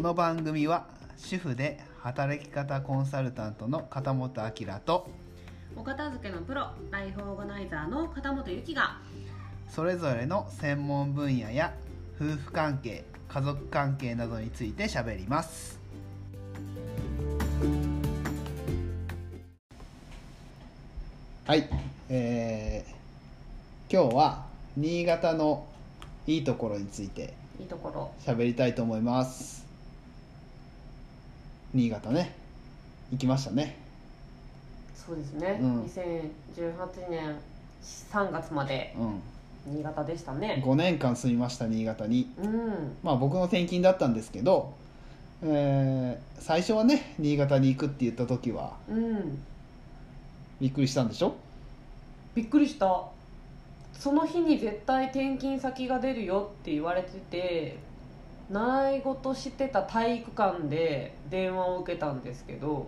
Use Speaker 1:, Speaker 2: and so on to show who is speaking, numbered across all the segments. Speaker 1: の番組は主婦で働き方コンサルタントの片本明と
Speaker 2: お片付けのプロライフオーガナイザーの片本由紀が
Speaker 1: それぞれの専門分野や夫婦関係家族関係などについて喋りますはいえー、今日は新潟のいいところについて
Speaker 2: いいところ
Speaker 1: 喋りたいと思います新潟ね行きましたね
Speaker 2: そうですね、
Speaker 1: うん
Speaker 2: 2018年3月まで
Speaker 1: うん
Speaker 2: 新潟でしたね
Speaker 1: 5年間住みました新潟に
Speaker 2: うん
Speaker 1: まあ僕の転勤だったんですけど、えー最初はね新潟に行くって言った時は
Speaker 2: うん
Speaker 1: びっくりしたんでしょ
Speaker 2: びっくりしたその日に絶対転勤先が出るよって言われてて習い事してた体育館で電話を受けたんですけど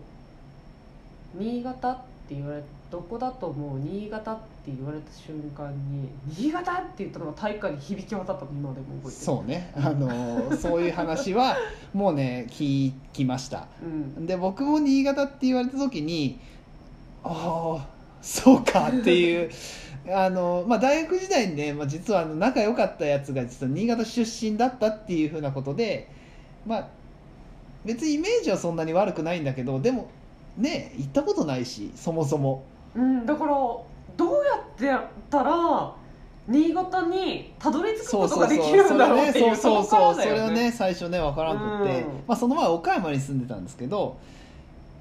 Speaker 2: 「新潟」って言われどこだと思う新潟って言われた瞬間に「新潟!」って言ったのが体育館に響き渡ったの今でも覚えてる
Speaker 1: そうね、あのーそういう話はもうね聞きました
Speaker 2: うん、
Speaker 1: で僕も新潟って言われた時にああそうかっていう あのー、まあ、大学時代にね、まあ、実はあの仲良かったやつが実は新潟出身だったっていうふうなことでまあ別にイメージはそんなに悪くないんだけどでもね行ったことないしそもそも
Speaker 2: うん、だからどうやってやったら新潟にたどり着く
Speaker 1: そ
Speaker 2: こ
Speaker 1: う
Speaker 2: と
Speaker 1: そう
Speaker 2: が
Speaker 1: そう
Speaker 2: できるんだろうっていう
Speaker 1: そうそう
Speaker 2: こ
Speaker 1: そ
Speaker 2: か
Speaker 1: う
Speaker 2: ら
Speaker 1: そ
Speaker 2: だよ
Speaker 1: れはね最初ね分からんくって、
Speaker 2: うん
Speaker 1: まあ、その前岡山に住んでたんですけど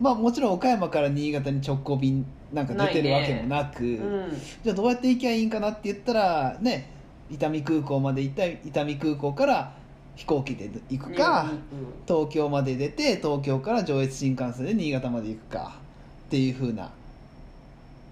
Speaker 1: まあもちろん岡山から新潟に直行便なんか出てるわけもなく
Speaker 2: うん
Speaker 1: じゃあどうやって行きゃいいんかなって言ったらね伊丹空港まで行ったり伊丹空港から飛行機で行くか、東京まで出て東京から上越新幹線で新潟まで行くかっていうふうな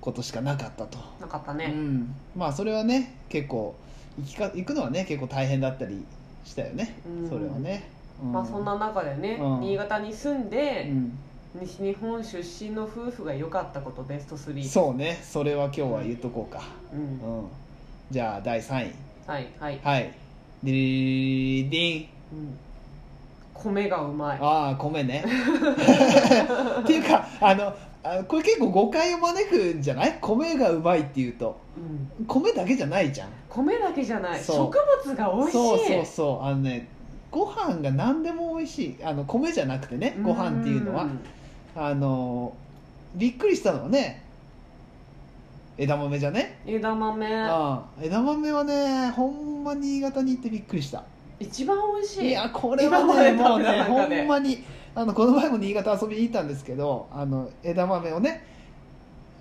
Speaker 1: ことしかなかったと。
Speaker 2: なかった
Speaker 1: う
Speaker 2: ね、
Speaker 1: ん、まあそれはね結構行きか行くのはね結構大変だったりしたよね、
Speaker 2: うん
Speaker 1: それはね、う
Speaker 2: まあそんな中でね、
Speaker 1: うん
Speaker 2: 新潟に住ん
Speaker 1: う
Speaker 2: で、
Speaker 1: ん
Speaker 2: 西日本出身の夫婦が良かったことベスト3
Speaker 1: そうねそれは今日は言っとこうか、
Speaker 2: う、ん
Speaker 1: うんじゃあ第3位
Speaker 2: はいはい、
Speaker 1: はいディリリリリン
Speaker 2: うん米がうまい
Speaker 1: ああ米ねっていうかあのあこれ結構誤解を招くんじゃない米がうまいっていうと
Speaker 2: うん、
Speaker 1: 米だけじゃないじゃん
Speaker 2: 米だけじゃない植
Speaker 1: そう
Speaker 2: 物が美味しい
Speaker 1: そうそうそうあのねご飯が何でも美味しいあの米じゃなくてねご飯っていうのは
Speaker 2: ん
Speaker 1: あのびっくりしたのはね枝豆じゃね、
Speaker 2: 枝豆
Speaker 1: ああ枝豆はねほんま新潟に行ってびっくりした
Speaker 2: 一番美味しい
Speaker 1: いやこれは
Speaker 2: 枝豆
Speaker 1: ねも
Speaker 2: 食
Speaker 1: う
Speaker 2: べ
Speaker 1: ね
Speaker 2: た
Speaker 1: ほ
Speaker 2: 中で
Speaker 1: んまにあのこの前も新潟遊びに行ったんですけどあの枝豆をね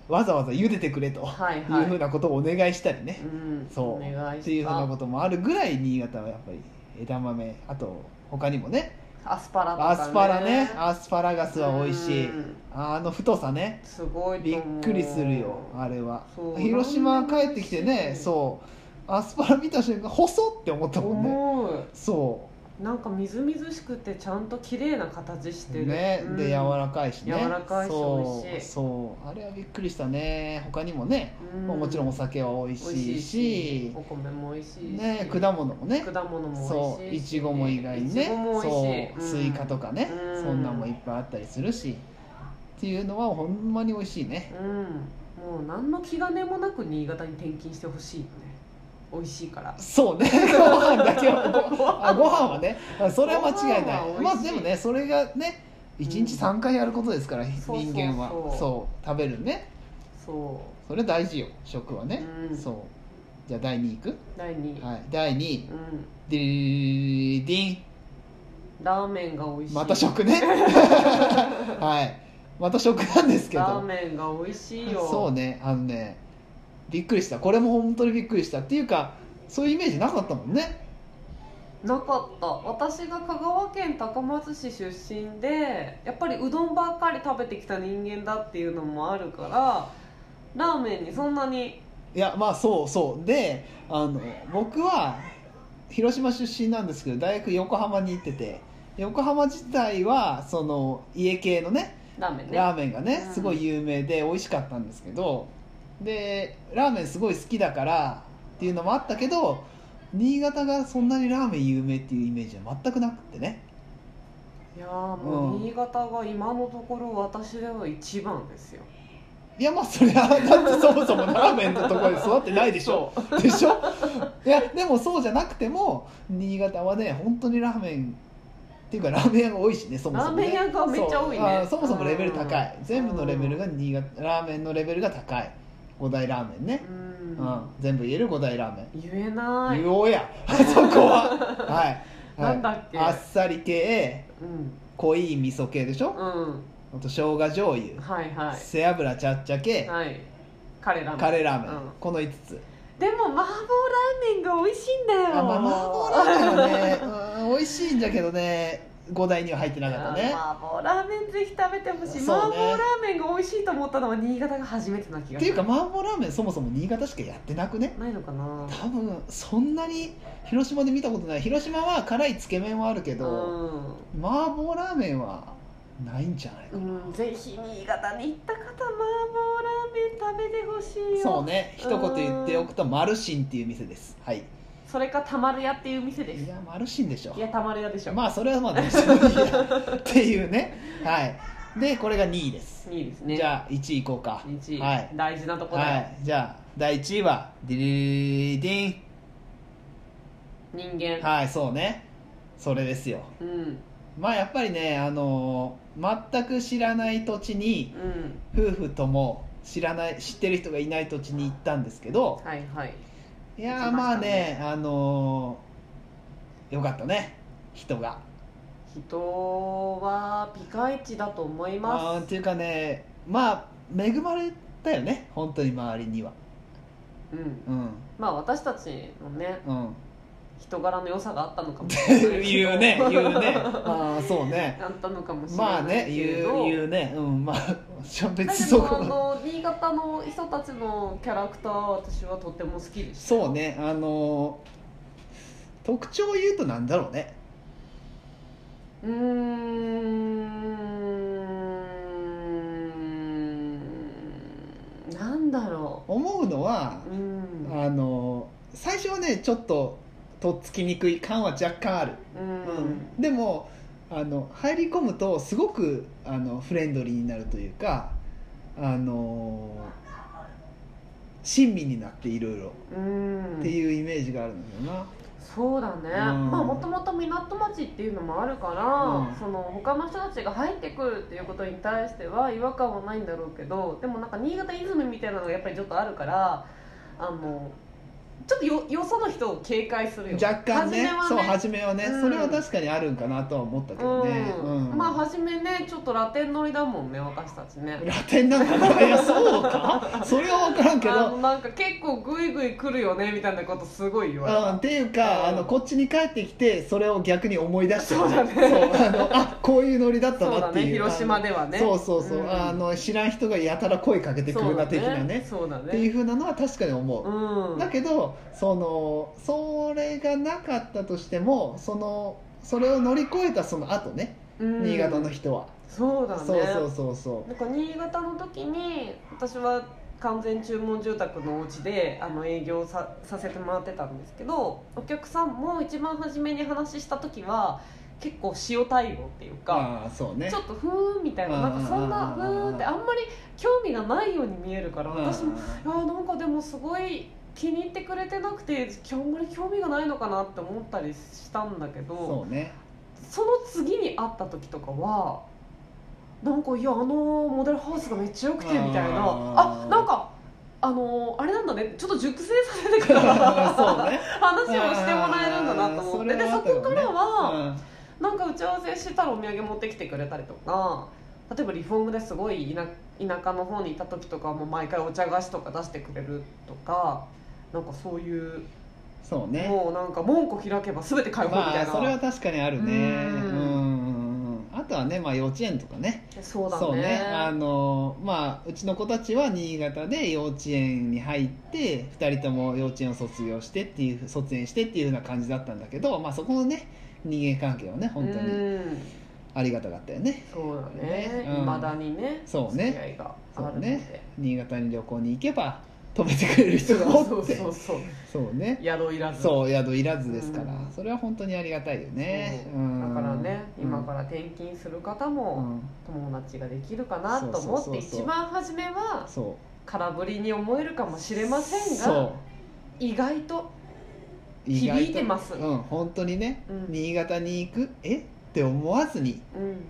Speaker 1: わざわざ茹でてくれと
Speaker 2: はい
Speaker 1: い
Speaker 2: は
Speaker 1: う
Speaker 2: い
Speaker 1: ふうなことをお願いしたりね、
Speaker 2: うん、
Speaker 1: そう
Speaker 2: お願い
Speaker 1: っていう
Speaker 2: し
Speaker 1: ふうなこ
Speaker 2: た
Speaker 1: ともあるぐらい新潟はやっぱり枝豆あと他にもね
Speaker 2: アスパラとか、
Speaker 1: ア
Speaker 2: ね、
Speaker 1: スパラねアスパラガスは美味しい
Speaker 2: うん
Speaker 1: あの太さね
Speaker 2: すごいと
Speaker 1: びっ
Speaker 2: 思う
Speaker 1: くりするよあれは
Speaker 2: そう
Speaker 1: 広島帰ってきてね
Speaker 2: う
Speaker 1: そうアスパラ見た瞬間細って思ったもんね
Speaker 2: 思う
Speaker 1: そ
Speaker 2: なんかみずみずしくてちゃんと綺麗な形して
Speaker 1: う
Speaker 2: る
Speaker 1: ね
Speaker 2: うん
Speaker 1: で柔らかいしね
Speaker 2: 柔らかいし
Speaker 1: そ
Speaker 2: 美
Speaker 1: う
Speaker 2: 味しい
Speaker 1: そうあれはびっくりしたね他にもね
Speaker 2: う
Speaker 1: もちろんお酒は美味
Speaker 2: 美味
Speaker 1: し
Speaker 2: し
Speaker 1: いし
Speaker 2: お米も美味しいし
Speaker 1: ね果物もね
Speaker 2: 果物も
Speaker 1: そ
Speaker 2: 美
Speaker 1: う
Speaker 2: 味しい
Speaker 1: いちごも意外に
Speaker 2: いちごも
Speaker 1: ね
Speaker 2: 美
Speaker 1: そう
Speaker 2: 味しい
Speaker 1: スイカとかね
Speaker 2: うん
Speaker 1: そんなんもいっぱいあったりするしっていうのはほんまに美味しいね
Speaker 2: うんもう何の気兼ねもなく新潟に転勤してほしいよね美味しいから
Speaker 1: そ うねご飯だけは
Speaker 2: ご
Speaker 1: ご
Speaker 2: 飯
Speaker 1: あご飯はねあそれは間違いない
Speaker 2: ご飯は美
Speaker 1: まあ
Speaker 2: 味し
Speaker 1: で
Speaker 2: い
Speaker 1: もねそれがね1日3回やることですから、
Speaker 2: そうそう
Speaker 1: 人間は
Speaker 2: そう
Speaker 1: そう食べるね
Speaker 2: そ
Speaker 1: それ大事よ食は
Speaker 2: う、
Speaker 1: ね、
Speaker 2: うん
Speaker 1: そうじゃあ第2位いく、
Speaker 2: 第二位、
Speaker 1: はい、第2位
Speaker 2: うん
Speaker 1: ディディン
Speaker 2: ラーメンが美味しい
Speaker 1: また食 ねはいまた食なんですけど
Speaker 2: ラーメンが美味しいよ
Speaker 1: そうねあのねびっくりしたこれも本当にびっくりしたっていうかそういうイメージなかったもんね
Speaker 2: なかった私が香川県高松市出身でやっぱりうどんばっかり食べてきた人間だっていうのもあるからラーメンにそんなに
Speaker 1: いやまあそうそうであの僕は広島出身なんですけど大学横浜に行ってて横浜自体はその家系のね
Speaker 2: ラーメンね
Speaker 1: ラーメンがね
Speaker 2: うん
Speaker 1: すごい有名で美味しかったんですけどでラーメンすごい好きだからっていうのもあったけど新潟がそんなにラーメン有名っていうイメージは全くなくってね
Speaker 2: いやーもううん新潟が今のところ私では一番ですよ
Speaker 1: いやまあそ りゃだってそもそもラーメンのところで育ってないでしょでしょいやでもそうじゃなくても新潟はね本当にラーメンっていうかラーメン屋が多いしねそもそも、
Speaker 2: ラ
Speaker 1: ね、
Speaker 2: ーメン屋がめっちゃ多いね
Speaker 1: そうあーそもそもレベル高い、全部のレベルが新潟ラーメンのレベルが高い五大ラーメンね、
Speaker 2: うん、
Speaker 1: うん全部言える五大ラーメン
Speaker 2: 言えない、
Speaker 1: 言おうやそこははい、は、
Speaker 2: ないんだっけ
Speaker 1: あっさり系
Speaker 2: うん
Speaker 1: 濃い味噌系でしょ
Speaker 2: う
Speaker 1: あと生姜醤油
Speaker 2: んはいは
Speaker 1: 背脂ちゃっちゃ
Speaker 2: い
Speaker 1: 系
Speaker 2: はい彼ら
Speaker 1: カレーラーメン、
Speaker 2: うん
Speaker 1: この5つ
Speaker 2: でも麻婆ラーメンが美味しいんだよ
Speaker 1: あまあ麻婆ラーメンはねうん美味しいんだけどね5代には入ってなかったね
Speaker 2: 麻婆ラーメンぜひ食べてほしい、
Speaker 1: そうね
Speaker 2: 麻婆ラーメンが美味しいと思ったのは新潟が初めてな気が
Speaker 1: って
Speaker 2: す
Speaker 1: いう
Speaker 2: る
Speaker 1: か麻婆ラーメンそもそも新潟しかやってなくね
Speaker 2: ないのかな
Speaker 1: 多分そんなに広島で見たことない広島は辛いつけ麺はあるけど、
Speaker 2: うん
Speaker 1: 麻婆ラーメンはないんじゃないかな、
Speaker 2: うん、ぜひ新潟に行った方麻婆ラーメン食べてほしいよ
Speaker 1: そうね一言言っておくとマルシンっていう店ですはいい
Speaker 2: それかたまる屋っていう店です
Speaker 1: やマルシンでしょ
Speaker 2: いやたまる屋でしょ、
Speaker 1: まあそれはまあどうしてもいい やっていうねはいでこれが2位です
Speaker 2: いいですね
Speaker 1: じゃあ1位いこうか
Speaker 2: 1位、
Speaker 1: はい
Speaker 2: 大事なところだよ、
Speaker 1: はい、じゃあ第1位はディリリディ
Speaker 2: 人
Speaker 1: ン
Speaker 2: 間
Speaker 1: はいそうねそれですよ
Speaker 2: うん
Speaker 1: まあやっぱりねあのー全く知らない土地に
Speaker 2: うん
Speaker 1: 夫婦とも知らない知ってる人がいない土地に行ったんですけど
Speaker 2: はいはい
Speaker 1: いや
Speaker 2: 行
Speaker 1: ー
Speaker 2: きま
Speaker 1: ま
Speaker 2: した
Speaker 1: あね
Speaker 2: ね
Speaker 1: あのーよかったね人が
Speaker 2: 人はピカイチだと思い
Speaker 1: あ
Speaker 2: ま
Speaker 1: ーっ
Speaker 2: す
Speaker 1: ていうかねまあ恵まれたよね本当に周りには
Speaker 2: うん
Speaker 1: うん
Speaker 2: まあ私たちのね
Speaker 1: うん
Speaker 2: 人柄の良さがあったのかもしれないけど
Speaker 1: 言うね言うねああそうね
Speaker 2: あったのかもしれ
Speaker 1: ま
Speaker 2: な
Speaker 1: あ
Speaker 2: い
Speaker 1: ね
Speaker 2: けれ
Speaker 1: 言
Speaker 2: ど、
Speaker 1: う言うねうんまあ 別に
Speaker 2: だけ
Speaker 1: そ
Speaker 2: ど
Speaker 1: こ
Speaker 2: あ
Speaker 1: まで
Speaker 2: の新潟の人たちのキャラクターは私はとても好きでした
Speaker 1: そうねあのー特徴を言うとなんだろうね
Speaker 2: うーんなんだろ
Speaker 1: 思うのは
Speaker 2: う、うん
Speaker 1: あのー最初はねちょっととっつきにくい感は若干ある、
Speaker 2: う
Speaker 1: うん
Speaker 2: ん
Speaker 1: でもあの入り込むとすごくあのフレンドリーになるというかあのー親身になっていろいろ
Speaker 2: うん
Speaker 1: っていうイメージがあるんだよな、
Speaker 2: そうだね、
Speaker 1: うん
Speaker 2: まあもともと港町っていうのもあるから、
Speaker 1: うん
Speaker 2: その他の人たちが入ってくるっていうことに対しては違和感はないんだろうけどでもなんか新潟イズムみたいなのがやっぱりちょっとあるからあのちょっとよよその人を警戒するよ
Speaker 1: 若干ね
Speaker 2: 初
Speaker 1: そう
Speaker 2: めはね
Speaker 1: 初めはね、
Speaker 2: うん
Speaker 1: それは確かにあるんかなとは思ったけどね、
Speaker 2: うん
Speaker 1: うん
Speaker 2: まあ初めねちょっとラテン乗りだもんね私たちね
Speaker 1: ラテンなんかないやそうかそれは分からんけ
Speaker 2: あの
Speaker 1: ど
Speaker 2: なんか結構グイグイ来るよねみたいなことすごい言われ
Speaker 1: う
Speaker 2: た
Speaker 1: ん、っていうか、
Speaker 2: うん
Speaker 1: あのこっちに帰ってきてそれを逆に思い出したよ
Speaker 2: そ
Speaker 1: ね
Speaker 2: うだね
Speaker 1: そうあのあこういうノリだった
Speaker 2: そう
Speaker 1: な
Speaker 2: だ
Speaker 1: ってい
Speaker 2: ね
Speaker 1: う
Speaker 2: 広島では
Speaker 1: あの
Speaker 2: ね
Speaker 1: そうそうそう、
Speaker 2: ん
Speaker 1: あの知らん人がやたら声かけてくるな的なね
Speaker 2: そうだねそうだね
Speaker 1: っていうふうなのは確かに思う、
Speaker 2: うん
Speaker 1: だけどそのそれがなかったとしてもそのそれを乗り越えたその後ね、
Speaker 2: うん
Speaker 1: 新潟の人は、
Speaker 2: そうだね
Speaker 1: そうそうそうそう
Speaker 2: なんか新潟の時に私は完全注文住宅のお家であの営業ささせてもらってたんですけどお客さんも一番初めに話した時は結構塩対応っていうか、
Speaker 1: ああそうね
Speaker 2: ちょっとふーんみたいななんかそんな
Speaker 1: うん
Speaker 2: ふ
Speaker 1: うんうんうん
Speaker 2: ーんってあんまり興味がないように見えるから
Speaker 1: うん
Speaker 2: 私もあーなんかでもすごい気に入ってくれてなくてあんまり興味がないのかなって思ったりしたんだけど
Speaker 1: そ うね
Speaker 2: その次に会った時とかはなんかいやあのモデルハウスがめっちゃ良くてみたいな
Speaker 1: あ
Speaker 2: あ
Speaker 1: ー
Speaker 2: なんかあのーあれなんだねちょっと熟成させて
Speaker 1: そ
Speaker 2: か
Speaker 1: う
Speaker 2: ら
Speaker 1: ね
Speaker 2: 話をしてもらえるんだなと思って
Speaker 1: あーそれ
Speaker 2: で
Speaker 1: はあ
Speaker 2: そ
Speaker 1: ったよね
Speaker 2: こからは。
Speaker 1: うん
Speaker 2: なんか打ち合わせしてたらお土産持ってきてくれたりとか例えばリフォームですごい田田舎の方にいた時とかはもう毎回お茶菓子とか出してくれるとかなんかそういう、
Speaker 1: そうね
Speaker 2: もうなんか門戸開けば全て開放み
Speaker 1: ま
Speaker 2: たい
Speaker 1: あ
Speaker 2: な、
Speaker 1: それは確かにあるね
Speaker 2: う
Speaker 1: うんんうんうんあとはねまあ幼稚園とかね
Speaker 2: そうだね
Speaker 1: あのまあうちの子たちは新潟で幼稚園に入って2人とも幼稚園を卒業してっていう卒園してっていうような感じだったんだけどまあそこのね人間関係はね本当に
Speaker 2: うん
Speaker 1: ありがたかったよね
Speaker 2: そうだね
Speaker 1: ねうん
Speaker 2: いま、未だにね
Speaker 1: そう
Speaker 2: 付
Speaker 1: ね
Speaker 2: き合いがある
Speaker 1: そ
Speaker 2: ので
Speaker 1: うね新潟に旅行に行けば止めてくれる人がおって
Speaker 2: そうそうそう
Speaker 1: そうね
Speaker 2: 宿いらず
Speaker 1: そう宿いらずですから、
Speaker 2: うん
Speaker 1: それは本当にありがたいよね、
Speaker 2: そう
Speaker 1: うん
Speaker 2: だからね、
Speaker 1: うん
Speaker 2: 今から転勤する方
Speaker 1: う
Speaker 2: も
Speaker 1: ん
Speaker 2: 友達ができるかなと
Speaker 1: そう
Speaker 2: 思
Speaker 1: そ
Speaker 2: っ
Speaker 1: う
Speaker 2: て
Speaker 1: そうそう
Speaker 2: 一番初めは
Speaker 1: そう
Speaker 2: 空振りに思えるかもしれませんが
Speaker 1: そ
Speaker 2: 意外と
Speaker 1: う意外と
Speaker 2: 響いてます
Speaker 1: うん本当にね、
Speaker 2: うん
Speaker 1: 新潟に行くえって思わずに
Speaker 2: うん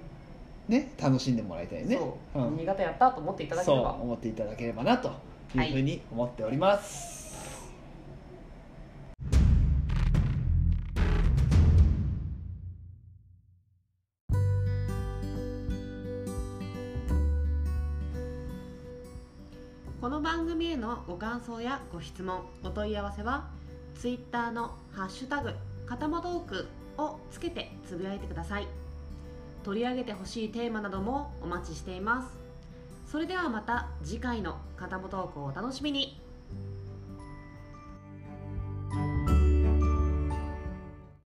Speaker 1: ね楽しんでもらいたいね
Speaker 2: そう、
Speaker 1: うん
Speaker 2: 新潟やったと思っていただけ
Speaker 1: そう
Speaker 2: れば
Speaker 1: 思っていただければなというふうに思っております、
Speaker 2: この番組へのご感想やご質問お問い合わせは Twitter の「ハッシュタグかたまトーク」をつけてつぶやいてください取り上げてほしいテーマなどもお待ちしていますそれではまた次回の「かたまトーク」をお楽しみに